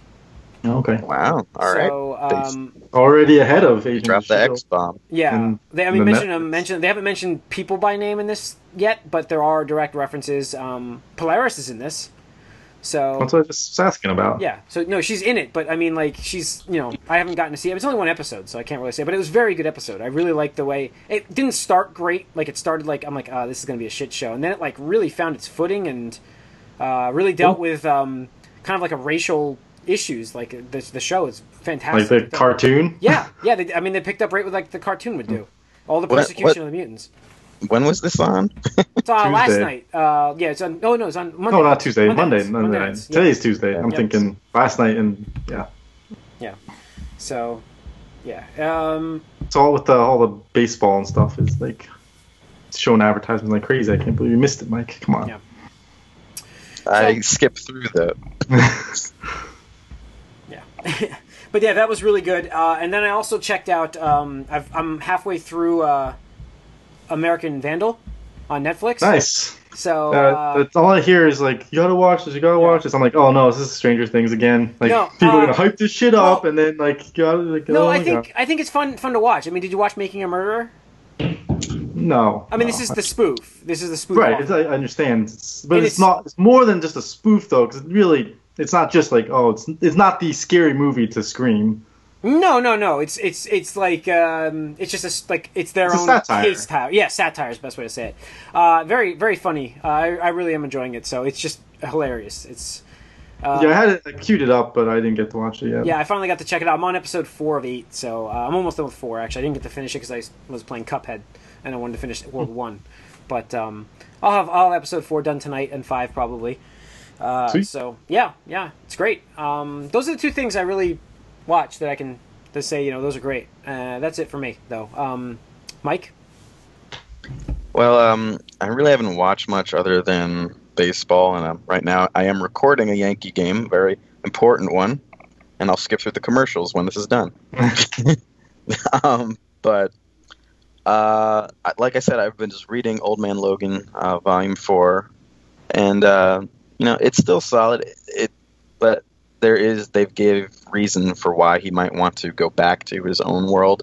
[SPEAKER 4] Okay,
[SPEAKER 2] Wow. All right.
[SPEAKER 1] so
[SPEAKER 2] They
[SPEAKER 1] um,
[SPEAKER 4] already ahead of Agent
[SPEAKER 2] Drop the
[SPEAKER 4] Shield.
[SPEAKER 2] X bomb.
[SPEAKER 1] yeah,
[SPEAKER 4] and
[SPEAKER 1] they I mean
[SPEAKER 4] the
[SPEAKER 1] mention
[SPEAKER 4] Netflix.
[SPEAKER 1] mention they haven't mentioned people by name in this yet, but there are direct references. Um, Polaris is in this, so
[SPEAKER 4] That's what I was just asking about.
[SPEAKER 1] Yeah. So no, she's in it, but I mean, like, she's you know, I haven't gotten to see it. It's only one episode, so I can't really say. But it was a very good episode. I really liked the way it didn't start great. Like it started like I'm like, ah, this is gonna be a shit show, and then it like really found its footing and uh, really dealt with um, kind of like a racial issues. Like the the show is
[SPEAKER 4] like
[SPEAKER 1] fantastic.
[SPEAKER 4] the cartoon.
[SPEAKER 1] Yeah, yeah. They, I mean, they picked up right with like the cartoon would do.
[SPEAKER 4] Hmm.
[SPEAKER 1] All the
[SPEAKER 2] What-
[SPEAKER 1] persecution
[SPEAKER 2] what-
[SPEAKER 1] of the mutants.
[SPEAKER 2] When was this on?
[SPEAKER 1] It's uh, last
[SPEAKER 4] Tuesday.
[SPEAKER 1] night. Uh, yeah, it's on. Oh no, it's on Monday.
[SPEAKER 4] No, not Tuesday. Monday.
[SPEAKER 1] nights.
[SPEAKER 4] Monday, night.
[SPEAKER 1] nights, yeah.
[SPEAKER 4] Today's Tuesday. I'm
[SPEAKER 1] Yeah.
[SPEAKER 4] thinking last night and yeah.
[SPEAKER 1] Yeah. So, yeah. Um,
[SPEAKER 4] It's all with the, all the baseball and stuff is like showing advertisements like crazy. I can't believe you missed it, Mike. Come on.
[SPEAKER 1] Yeah.
[SPEAKER 2] I skipped through the.
[SPEAKER 1] Yeah. but yeah, that was really good. Uh, and then I also checked out. Um, I've, I'm halfway through uh, American Vandal on Netflix.
[SPEAKER 4] Nice.
[SPEAKER 1] So
[SPEAKER 4] Uh,
[SPEAKER 1] uh,
[SPEAKER 4] that's all I hear is like, you gotta watch this, you gotta watch this. I'm like, oh no, this is Stranger Things again. Like
[SPEAKER 1] No,
[SPEAKER 4] people
[SPEAKER 1] uh,
[SPEAKER 4] are gonna hype this shit
[SPEAKER 1] well-
[SPEAKER 4] up, and then like, you gotta like,
[SPEAKER 1] no,
[SPEAKER 4] oh
[SPEAKER 1] I
[SPEAKER 4] my
[SPEAKER 1] think
[SPEAKER 4] God.
[SPEAKER 1] I think it's fun fun to watch. I mean, did you watch Making a Murderer?
[SPEAKER 4] no.
[SPEAKER 1] I mean,
[SPEAKER 4] no.
[SPEAKER 1] this is the spoof. This is the spoof.
[SPEAKER 4] right.
[SPEAKER 1] off.
[SPEAKER 4] It's, I I understand, It's- but
[SPEAKER 1] And
[SPEAKER 4] it's,
[SPEAKER 1] it's-
[SPEAKER 4] not. It's more than just a spoof though, because really, it's not just like, oh, it's it's not the scary movie to Scream.
[SPEAKER 1] No, no, no. It's it's it's like um, it's just a s like it's their
[SPEAKER 4] It's a
[SPEAKER 1] own
[SPEAKER 4] satire.
[SPEAKER 1] case tile. Yeah, satire is the best way to say it. Uh, very very funny. Uh, I I really am enjoying it. So it's just hilarious. It's Uh,
[SPEAKER 4] yeah, I had it I queued it up, but I didn't get to watch it yet.
[SPEAKER 1] Yeah, I finally got to check it out. I'm on episode four of eight, so uh, I'm almost done with four. Actually, I didn't get to finish it because I was playing Cuphead. and I wanted to finish World One. But um, I'll have I'll have episode four done tonight and five probably. Uh,
[SPEAKER 4] Sweet.
[SPEAKER 1] so yeah, yeah, it's great. Um, those are the two things I really watch that I can to say you know those are great. Uh, that's it for me though. Um, Mike,
[SPEAKER 2] Well, um, I really haven't watched much other than baseball, and um, right now I am recording a Yankee game, a very important one, and I'll skip through the commercials when this is done. um, but uh, I- like I said, I've been just reading Old Man Logan, uh, Volume Four, and uh, you know it's still solid. It, but there is they've gave reason for why he might want to go back to his own world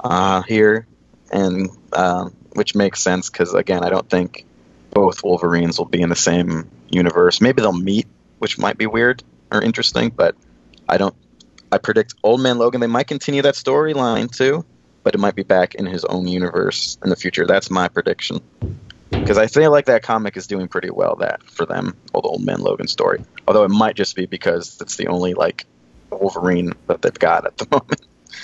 [SPEAKER 2] uh, here and um, which makes sense because again, I don't think both Wolverines will be in the same universe. Maybe they'll meet, which might be weird or interesting, but I don't. I predict Old Man Logan. They might continue that storyline too, but it might be back in his own universe in the future. That's my prediction because I feel like that comic is doing pretty well that for them, or the Old Man Logan story. Although it might just be because it's the only like Wolverine that they've got at the moment.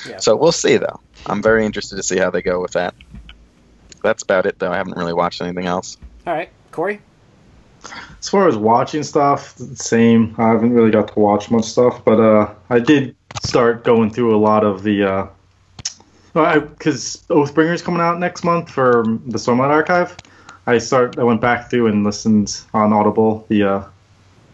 [SPEAKER 1] Yeah.
[SPEAKER 2] So we'll see though. I'm very interested to see how they go with that. That's about it though. I haven't really watched anything else.
[SPEAKER 1] all right, Corey,
[SPEAKER 4] As far as watching stuff, same. I haven't really got to watch much stuff, but uh, I did start going through a lot of the. uh Because Oathbringer is coming out next month for the Stormlight Archive, I start. I went back through and listened on Audible the uh,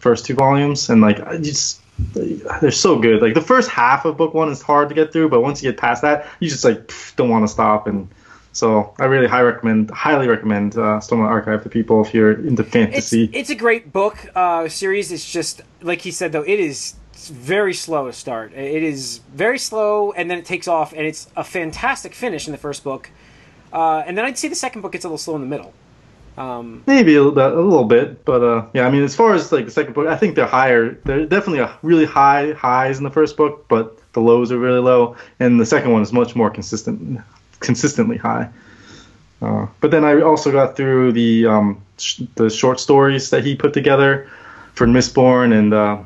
[SPEAKER 4] first two volumes, and like I just they're so good. Like the first half of book one is hard to get through, but once you get past that, you just like pff, don't want to stop. And so I really high recommend, highly recommend uh, Stormlight Archive to people if you're into
[SPEAKER 1] it's
[SPEAKER 4] fantasy.
[SPEAKER 1] it's a great book uh, series. It's just like he said though, it is very slow to start. It is very slow, and then it takes off, and it's a fantastic finish in the first book. Uh, and then I'd say the second book gets a little slow in the middle. Um,
[SPEAKER 4] Maybe a little, bit, a little bit, but uh, yeah. I mean, as far as like the second book, I think they're higher. They're definitely a really high highs in the first book, but the lows are really low, and the second one is much more consistent, consistently high. Uh, but then I also got through the um, sh- the short stories that he put together for Mistborn and uh,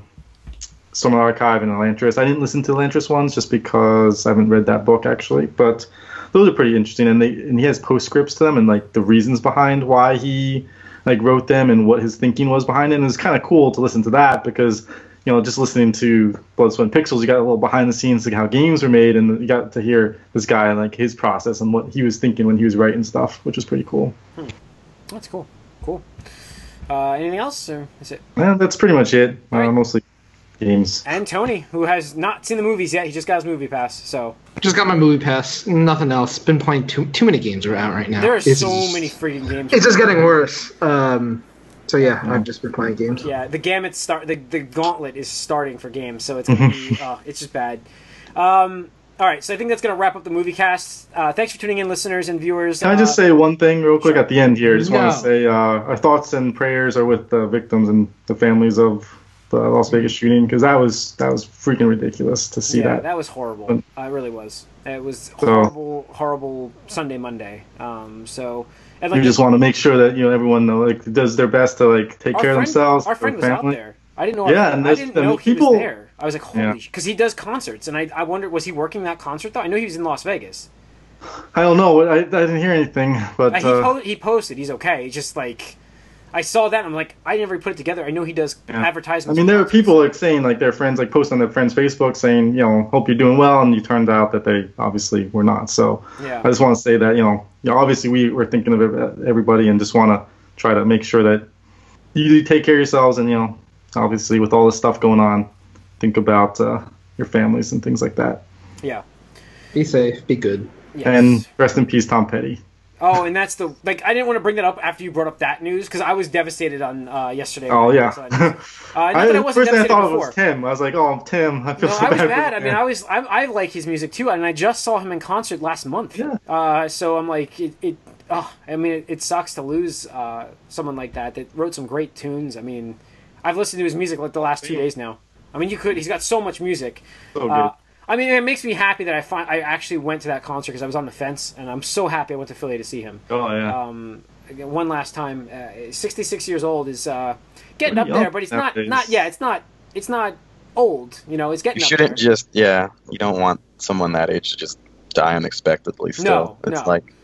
[SPEAKER 4] Stormlight Archive and Elantris. I didn't listen to Elantris ones just because I haven't read that book actually, but those are pretty interesting. And they and he has postscripts to them and like the reasons behind why he like wrote them and what his thinking was behind it. And it's kind of cool to listen to that because you know just listening to Blood, Sweat, and Pixels, you got a little behind the scenes like how games were made, and you got to hear this guy and like his process and what he was thinking when he was writing stuff, which was pretty cool.
[SPEAKER 1] that's cool. Cool. Uh, anything else, or is it?
[SPEAKER 4] And that's pretty much it. Uh,
[SPEAKER 1] Right.
[SPEAKER 4] mostly games.
[SPEAKER 1] And Tony, who has not seen the movies yet, he just got his movie pass. So
[SPEAKER 3] Just got my movie pass. Nothing else. Been playing too too many games are out right now.
[SPEAKER 1] there are
[SPEAKER 3] It's
[SPEAKER 1] so
[SPEAKER 3] just-
[SPEAKER 1] many freaking games.
[SPEAKER 3] It's just getting worse. Um, so yeah, I've just been playing games.
[SPEAKER 1] Yeah, the gamut start the, the gauntlet is starting for games, so it's gonna
[SPEAKER 4] Mm-hmm.
[SPEAKER 1] be uh, it's just bad. Um, all right, so I think that's gonna wrap up the movie cast. Uh, thanks for tuning in, listeners and viewers. Uh,
[SPEAKER 4] Can I just say one thing real quick at the end here? I just want
[SPEAKER 3] No.
[SPEAKER 4] to say uh, our thoughts and prayers are with the victims and the families of the Las Vegas shooting because that was that was freaking ridiculous to see
[SPEAKER 1] yeah,
[SPEAKER 4] that. Um,
[SPEAKER 1] was horrible. Uh, it really was. It was
[SPEAKER 4] So-
[SPEAKER 1] horrible, horrible Sunday Monday. Um, so and
[SPEAKER 4] We just want to make sure that you know everyone uh, like does their best to like take
[SPEAKER 1] our
[SPEAKER 4] care
[SPEAKER 1] friend,
[SPEAKER 4] of themselves.
[SPEAKER 1] Our
[SPEAKER 4] their
[SPEAKER 1] friend was out
[SPEAKER 4] family.
[SPEAKER 1] there. I didn't know. our
[SPEAKER 4] Yeah,
[SPEAKER 1] friend-
[SPEAKER 4] and
[SPEAKER 1] I
[SPEAKER 4] there's-
[SPEAKER 1] didn't
[SPEAKER 4] and
[SPEAKER 1] know he
[SPEAKER 4] people-
[SPEAKER 1] was there. I was like,
[SPEAKER 4] Yeah.
[SPEAKER 1] holy, because he does concerts, and I I wondered was he working that concert though? I know he was in Las Vegas.
[SPEAKER 4] I don't know. I, I didn't hear anything, but
[SPEAKER 1] Uh, he,
[SPEAKER 4] uh,
[SPEAKER 1] po- he posted he's okay He's just like i saw that and i'm like i never put it together i know he does
[SPEAKER 4] Yeah. I
[SPEAKER 1] advertisements
[SPEAKER 4] mean, there
[SPEAKER 1] for
[SPEAKER 4] were people like saying like their friends like posting on their friends' Facebook saying you know hope you're doing well, and you turned out that they obviously were not. So
[SPEAKER 1] concerts. yeah
[SPEAKER 4] I just want to say that you know, you know, obviously we we're thinking of ev- everybody and just want to try to make sure that you do take care of yourselves and you know, obviously with all this stuff going on, think about uh, your families and things like that.
[SPEAKER 1] yeah
[SPEAKER 3] Be safe. Be good.
[SPEAKER 1] yes.
[SPEAKER 4] And rest in peace, Tom Petty.
[SPEAKER 1] oh and that's the like i didn't want to bring that up after you brought up that news because i was devastated on uh yesterday
[SPEAKER 4] Oh
[SPEAKER 1] when I
[SPEAKER 4] yeah.
[SPEAKER 1] saw that news. uh, not
[SPEAKER 4] I,
[SPEAKER 1] that i
[SPEAKER 4] the
[SPEAKER 1] wasn't
[SPEAKER 4] first thing I
[SPEAKER 1] devastated
[SPEAKER 4] thought of
[SPEAKER 1] before
[SPEAKER 4] was Tim. I was like, oh Tim, I feel
[SPEAKER 1] no,
[SPEAKER 4] so
[SPEAKER 1] I was
[SPEAKER 4] bad. for
[SPEAKER 1] bad. I mean,
[SPEAKER 4] Tim.
[SPEAKER 1] I was I, I like his music too, and I just saw him in concert last month.
[SPEAKER 4] Yeah.
[SPEAKER 1] Uh, so I'm like, it, it oh, I mean, it, it sucks to lose uh, someone like that that wrote some great tunes. I mean, I've listened to his music like the last two days now. I mean, you could. He's got so much music.
[SPEAKER 4] So good.
[SPEAKER 1] Uh, I mean, it makes me happy that I find I actually went to that concert because I was on the fence, and I'm so happy I went to Philly to see him.
[SPEAKER 4] oh yeah.
[SPEAKER 1] Um, again, one last time, uh, 66 years old is uh, getting up
[SPEAKER 4] Pretty
[SPEAKER 1] there,
[SPEAKER 4] old
[SPEAKER 1] but it's not
[SPEAKER 4] nowadays.
[SPEAKER 1] not yeah, it's not it's not old. You know, it's getting
[SPEAKER 2] You
[SPEAKER 1] up
[SPEAKER 2] shouldn't
[SPEAKER 1] there.
[SPEAKER 2] just yeah. You don't want someone that age to just die unexpectedly. Still,
[SPEAKER 1] No,
[SPEAKER 2] it's
[SPEAKER 1] no.
[SPEAKER 2] like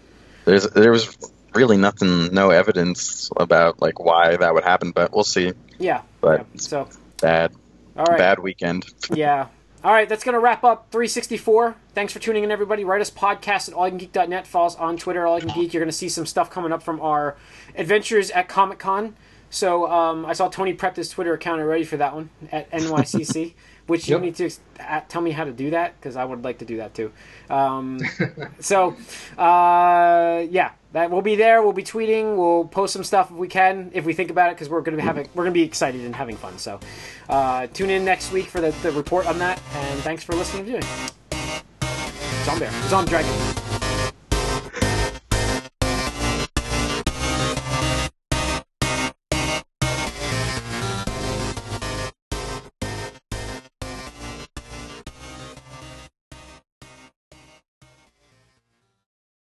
[SPEAKER 2] There's there was really nothing, no evidence about like why that would happen, but we'll see.
[SPEAKER 1] Yeah.
[SPEAKER 2] But
[SPEAKER 1] yeah. So,
[SPEAKER 2] bad,
[SPEAKER 1] all right.
[SPEAKER 2] bad weekend.
[SPEAKER 1] Yeah. All right, that's going to wrap up 364. Thanks for tuning in, everybody. Write us podcast at allicangeek.net. Follow us on Twitter, All I Can Geek. You're going to see some stuff coming up from our adventures at Comic Con. So um, I saw Tony prepped his Twitter account already for that one at NYCC, which
[SPEAKER 3] Yep.
[SPEAKER 1] you need to uh, tell me how to do that because I would like to do that too. Um, so uh, yeah, that we'll be there. We'll be tweeting. We'll post some stuff if we can, if we think about it, because we're going to be having we're going to be excited and having fun. So uh, tune in next week for the, the report on that. And thanks for listening and viewing. Zombie, Zomb Dragon.